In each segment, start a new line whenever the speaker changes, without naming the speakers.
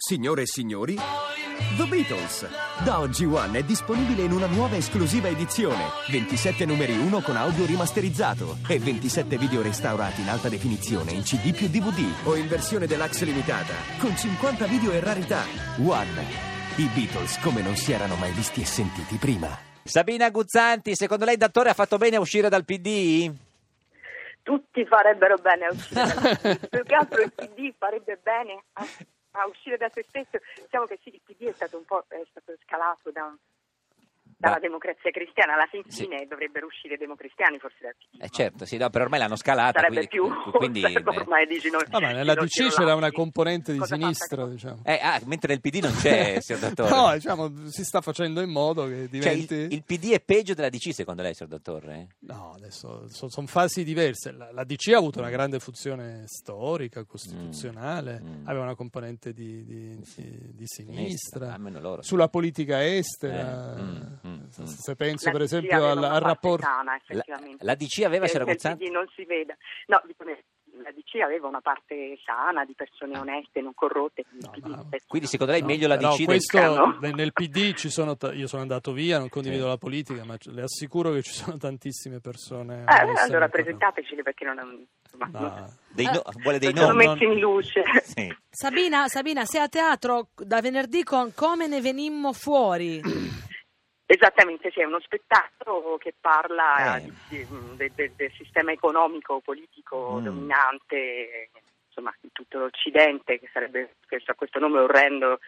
Signore e signori, The Beatles. Da oggi One è disponibile in una nuova esclusiva edizione. 27 numeri 1 con audio rimasterizzato e 27 video restaurati in alta definizione in CD più DVD o in versione deluxe limitata con 50 video e rarità. One. I Beatles come non si erano mai visti e sentiti prima.
Sabina Guzzanti, secondo lei Dattore ha fatto bene a uscire dal PD?
tutti farebbero bene a uscire da più che altro il PD farebbe bene a, a uscire da se stesso diciamo che sì, il PD è stato un po' è stato scalato da un- dalla
Da-
democrazia cristiana alla fin
Sì.
fine dovrebbero uscire i democristiani forse dal PD
Eh certo, sì, no, però ormai l'hanno scalata.
sarebbe
Ah, Quindi,
più
quindi, eh.
sarebbe ormai dici noi
Vabbè, nella
noi
DC c'era
girolamo,
una
sì.
componente di
Cosa fatta
sinistra,
con-
diciamo.
eh, ah, mentre nel PD non c'è, signor Dattore.
No, diciamo, si sta facendo in modo che
Cioè,
diventi...
il, il PD è peggio della DC, secondo lei, signor Dottore? Eh,
No, adesso sono fasi diverse. La, la DC ha avuto una grande funzione storica, costituzionale,
Mm, mm.
aveva una componente di, di- di- di sinistra.
Almeno loro.
Sulla politica estera,
Eh, mm, mm,
se,
mm.
se penso
La
per
DC
esempio
aveva
al,
una
al
parte
rapporto...
sana,
la,
effettivamente.
la DC aveva,
Che-
c'era
che il
Guzzanti?
PD non si veda. No, dico, ne- la DC aveva una parte sana di persone oneste, non corrotte. quindi
No,
il PD
ma-
spesso-
Ah. Quindi secondo lei è
No,
meglio la
però
DC del-
questo
Cano.
nel, nel PD ci sono ta- io sono andato via non condivido la politica ma c- le assicuro che ci sono tantissime
Eh,
persone oneste
allora
nel programma.
presentateceli perché non... insomma,
No.
dei no- vuole dei
non Ah, sono
nomi?
non-
messi in luce.
Sì.
Sabina, Sabina, sei a teatro da venerdì con Come ne venimmo fuori.
Esattamente, sì, è uno spettacolo che parla
Eh.
di- di- mh, de- de- del sistema economico, politico
Mm.
dominante, eh, insomma, in tutto l'Occidente, che sarebbe questo, a questo nome orrendo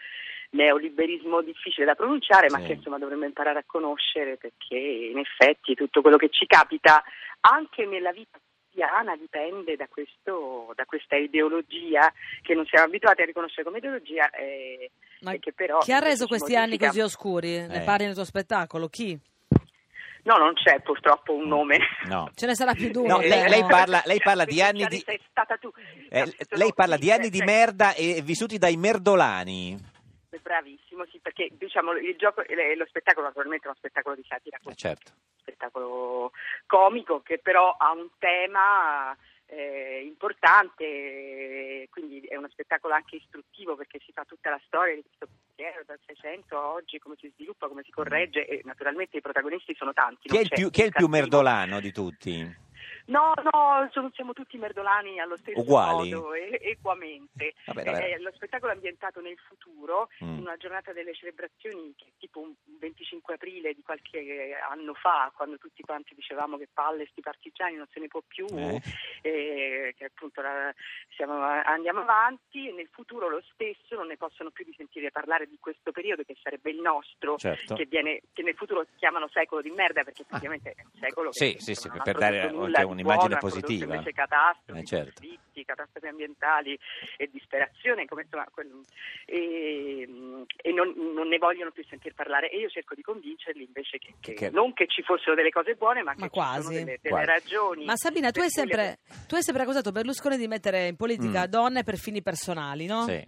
neoliberismo difficile da pronunciare, ma
Sì.
che insomma dovremmo imparare a conoscere perché in effetti tutto quello che ci capita anche nella vita quotidiana dipende da, questo, da questa ideologia che non siamo abituati a riconoscere come ideologia. eh,
Ma
e che però
chi ha reso
ci
questi anni
modifica.
così oscuri? Ne
Eh.
parli nel tuo spettacolo? Chi?
No, non c'è purtroppo un nome.
No.
Ce ne sarà Ah, più di uno.
No,
Eh,
lei, lei
no?
parla, lei parla di
perché
anni di...
Chiarissa è stata tu.
Eh,
Sì, sono-
lei parla
sì,
di anni di
cioè,
merda e vissuti dai merdolani.
Bravissimo, sì, perché diciamo il gioco, eh, lo spettacolo naturalmente è uno spettacolo di satira,
Eh,
quindi
certo.
uno spettacolo comico che però ha un tema eh, importante, eh, quindi è uno spettacolo anche istruttivo perché si fa tutta la storia di questo pensiero dal 600 a oggi, come si sviluppa, come si corregge e naturalmente i protagonisti sono tanti.
Chi è
non
il
c'è
più,
un
chi è il più
cattivo.
merdolano di tutti?
No, no, sono- siamo tutti merdolani allo stesso
Uguali?
modo, e- equamente.
Vabbè, vabbè.
Eh, lo spettacolo è ambientato nel futuro,
Mm.
in una giornata delle celebrazioni, che è tipo un 25 aprile di qualche anno fa, quando tutti quanti dicevamo che palle sti partigiani non se ne può più,
Eh.
eh, che appunto la- siamo- andiamo avanti e nel futuro lo stesso non ne possono più di sentire parlare di questo periodo che sarebbe il nostro,
Certo. Ah.
che, viene, che nel futuro chiamano secolo di merda perché effettivamente è un secolo
Sì,
che,
sì, sì,
insomma,
per
non ha
dare
prodotto
anche
nulla di
un'immagine
buono, ha prodotto
positiva.
invece catastrofi,
Eh, certo.
conflitti, catastrofi ambientali e disperazione come, insomma, quel- e, mm, e non, non ne vogliono più sentir parlare e io cerco di convincerli invece che, che-
Che-
non che ci fossero delle cose buone ma,
Ma
che ci
quasi.
sono delle, delle
Quasi.
ragioni
Ma Sabina, tu
per
hai,
cui le-
sempre, tu hai sempre accusato Berlusconi di mettere in politica
Mm.
donne per fini personali, no?
Sì.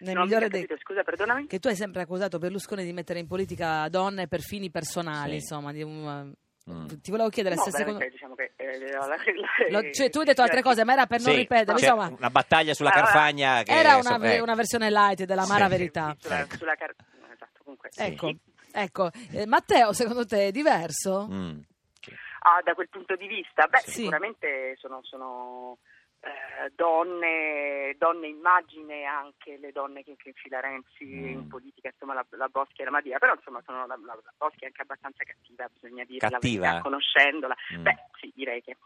Nel
Non ho mica
migliore dei...
capito, scusa, perdonami.
Che tu hai sempre accusato Berlusconi di mettere in politica donne per fini personali,
Sì.
insomma. di un-
Mm.
Ti volevo chiedere
No,
se
beh,
secondo...
cioè, diciamo che, eh, la- la-
Lo- cioè, tu hai detto altre cose, ma era per non
Sì,
ripetere,
c'è
insomma, ah,
una battaglia sulla
Allora,
Carfagna che
era
so-
una,
eh,
una versione light della mara
Sì.
verità.
Sì, sulla,
Ecco.
sulla car- esatto, comunque.
Sì.
Ecco, ecco. Eh, Matteo, secondo te è diverso?
mm.
Ah, da quel punto di vista? Beh,
Sì.
sicuramente sono, sono, eh, donne, donne immagine anche le donne che, che infila Renzi
Mm.
in politica, insomma la, la Boschi e la Madia, però insomma sono la, la, la Boschi è anche abbastanza cattiva, bisogna dire la
Cattiva?
verità, conoscendola.
Mm.
Beh, sì, direi che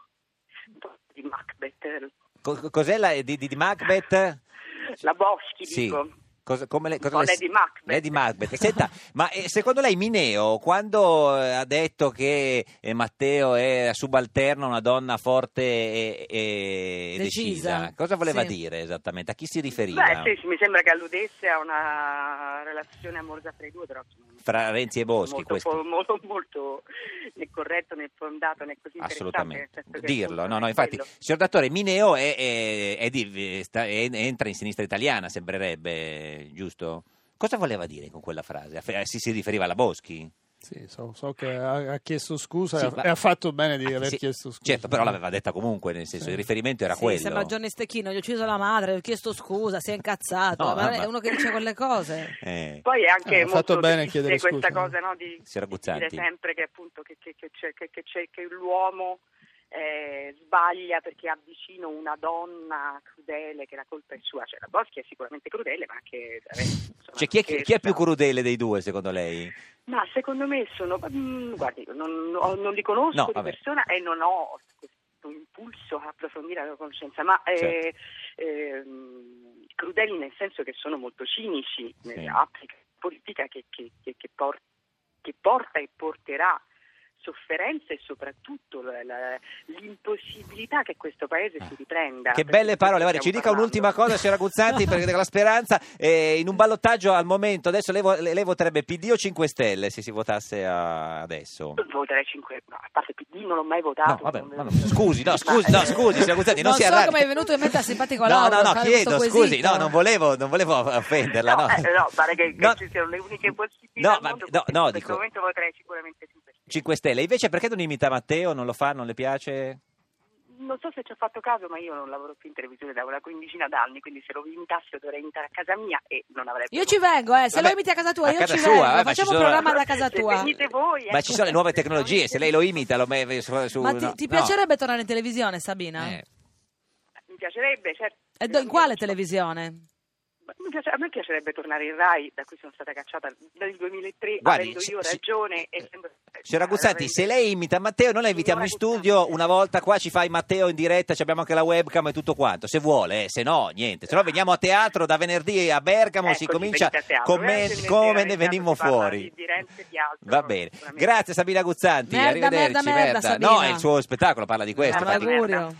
un po' di Macbeth,
Co- cos'è la di, di- di Macbeth?
la Boschi
Sì.
dico.
Cosa- come le, cosa
Un po'
le-
Lady Macbeth.
Lady Eh, Macbeth. Senta, ma eh, secondo lei Mineo, quando eh, ha detto che eh, Matteo è subalterno, una donna forte e, e- e
Decisa.
decisa. cosa voleva
Sì.
dire esattamente? A chi si
Beh,
riferiva?
sì, sì, mi sembra che alludesse a una relazione amorosa tra i due, però insomma,
Fra Renzi e Boschi,
molto,
questo.
po- molto, molto né corretto né fondato né così
Assolutamente,
interessante, nel senso che,
dirlo,
appunto,
no, no,
è
infatti,
quello.
signor Dattore, Mineo è- è- è di- sta- è- entra in sinistra italiana, sembrerebbe, giusto? Cosa voleva dire con quella frase? Aff- eh, Si, si riferiva alla Boschi?
Sì, so, so che ha, ha chiesto scusa
Sì,
e ha-
ma-
e ha fatto bene di
Ah,
aver
sì,
chiesto scusa.
Certo, però l'aveva detta comunque, nel senso,
Sì.
il riferimento era
Sì,
quello.
sembra Johnny Stecchino, gli ho ucciso la madre, gli ho chiesto scusa, si è incazzato.
No,
ma
ma-
è uno che dice quelle cose.
Eh,
Poi è anche
Eh, ha
molto
fatto bene a
triste
chiedere
questa
scusa. eh.
cosa no, di
Signora
di dire
Guzzanti.
sempre che appunto che, che- che c'è- che- che c'è- che l'uomo eh, sbaglia perché ha vicino una donna crudele che la colpa è sua. Cioè la Boschi è sicuramente crudele, ma anche il resto, insomma,
Cioè, chi, è, chi è più
scherza.
crudele dei due, secondo lei?
Ma secondo me sono, mm, guardi, non, no- non li conosco
No,
di
vabbè.
persona e non ho questo impulso a approfondire la loro conoscenza, ma eh,
Certo.
ehm, crudeli nel senso che sono molto cinici,
Sì.
eh, applica politica che, che- che- che por- che porta e porterà sofferenze e soprattutto la- la- l'impossibilità che questo paese si riprenda.
Ah. Che
perché
belle
di
parole,
questo
guardi, ci
stiamo
dica un'ultima
parlando.
cosa, signora Guzzanti, perché la speranza eh, in un ballottaggio al momento, adesso lei, vo- lei voterebbe PD o 5 Stelle se si votasse a- adesso?
Voterei 5, no, a parte PD non l'ho mai votato.
No, vabbè,
non me
ma
lo-
no, scusi, no, scusi, no,
Ma, eh,
scusi, signora Guzzanti, non,
non
si
so
arrabbi.
come è venuto in mente a simpatico
No,
Lauro
no, no,
fare
chiedo,
questo
scusi,
quesito.
no, non volevo, non volevo offenderla, no.
No, eh, no, pare che, che
No.
ci siano le uniche possibilità.
No,
al
ma-
mondo,
no,
perché
no,
in questo
dico-
momento voterei sicuramente sì, perché
5 Stelle, invece perché non imita Matteo, non lo fa, non le piace?
Non so se ci ho fatto caso, ma io non lavoro più in televisione da una quindicina d'anni, quindi se lo intassi lo dovrei invitare a casa mia e non avrebbe.
Io ci vengo, eh, se
Vabbè,
lo imiti a casa tua,
a
io
casa
ci
sua,
vengo.
eh, ma ci
Facciamo un
sono-
programma da casa
Se
tua.
venite voi,
Ma
ecco.
ci sono le nuove tecnologie, se lei lo imita lo me- su, su-
Ma ti,
no,
ti
no.
piacerebbe tornare in televisione, Sabina?
Eh,
Mi piacerebbe, certo.
E do- in quale televisione?
Ma mi piace- a me piacerebbe tornare in Rai, da cui sono stata cacciata dal 2003,
Guardi,
avendo
se-
io
se-
ragione. e sembra-
Signora Guzzanti, se lei imita Matteo, noi la invitiamo in
Signora
studio
Guzzanti.
una volta qua, ci fai Matteo in diretta, ci abbiamo anche la webcam e tutto quanto, se vuole, eh, se no niente, se no veniamo a teatro da venerdì a Bergamo, si
Eccoci,
comincia
venite a teatro, Eh,
come,
veramente
come
veramente
ne
a teatro
venimmo
si parla
fuori.
di Firenze e di altro,
Va bene,
sicuramente.
grazie Sabina Guzzanti,
Merda,
arrivederci.
merda, merda,
No,
Sabina.
è il suo spettacolo parla di questo.
Ah,
Un
ma
infatti-
guarda.
augurio.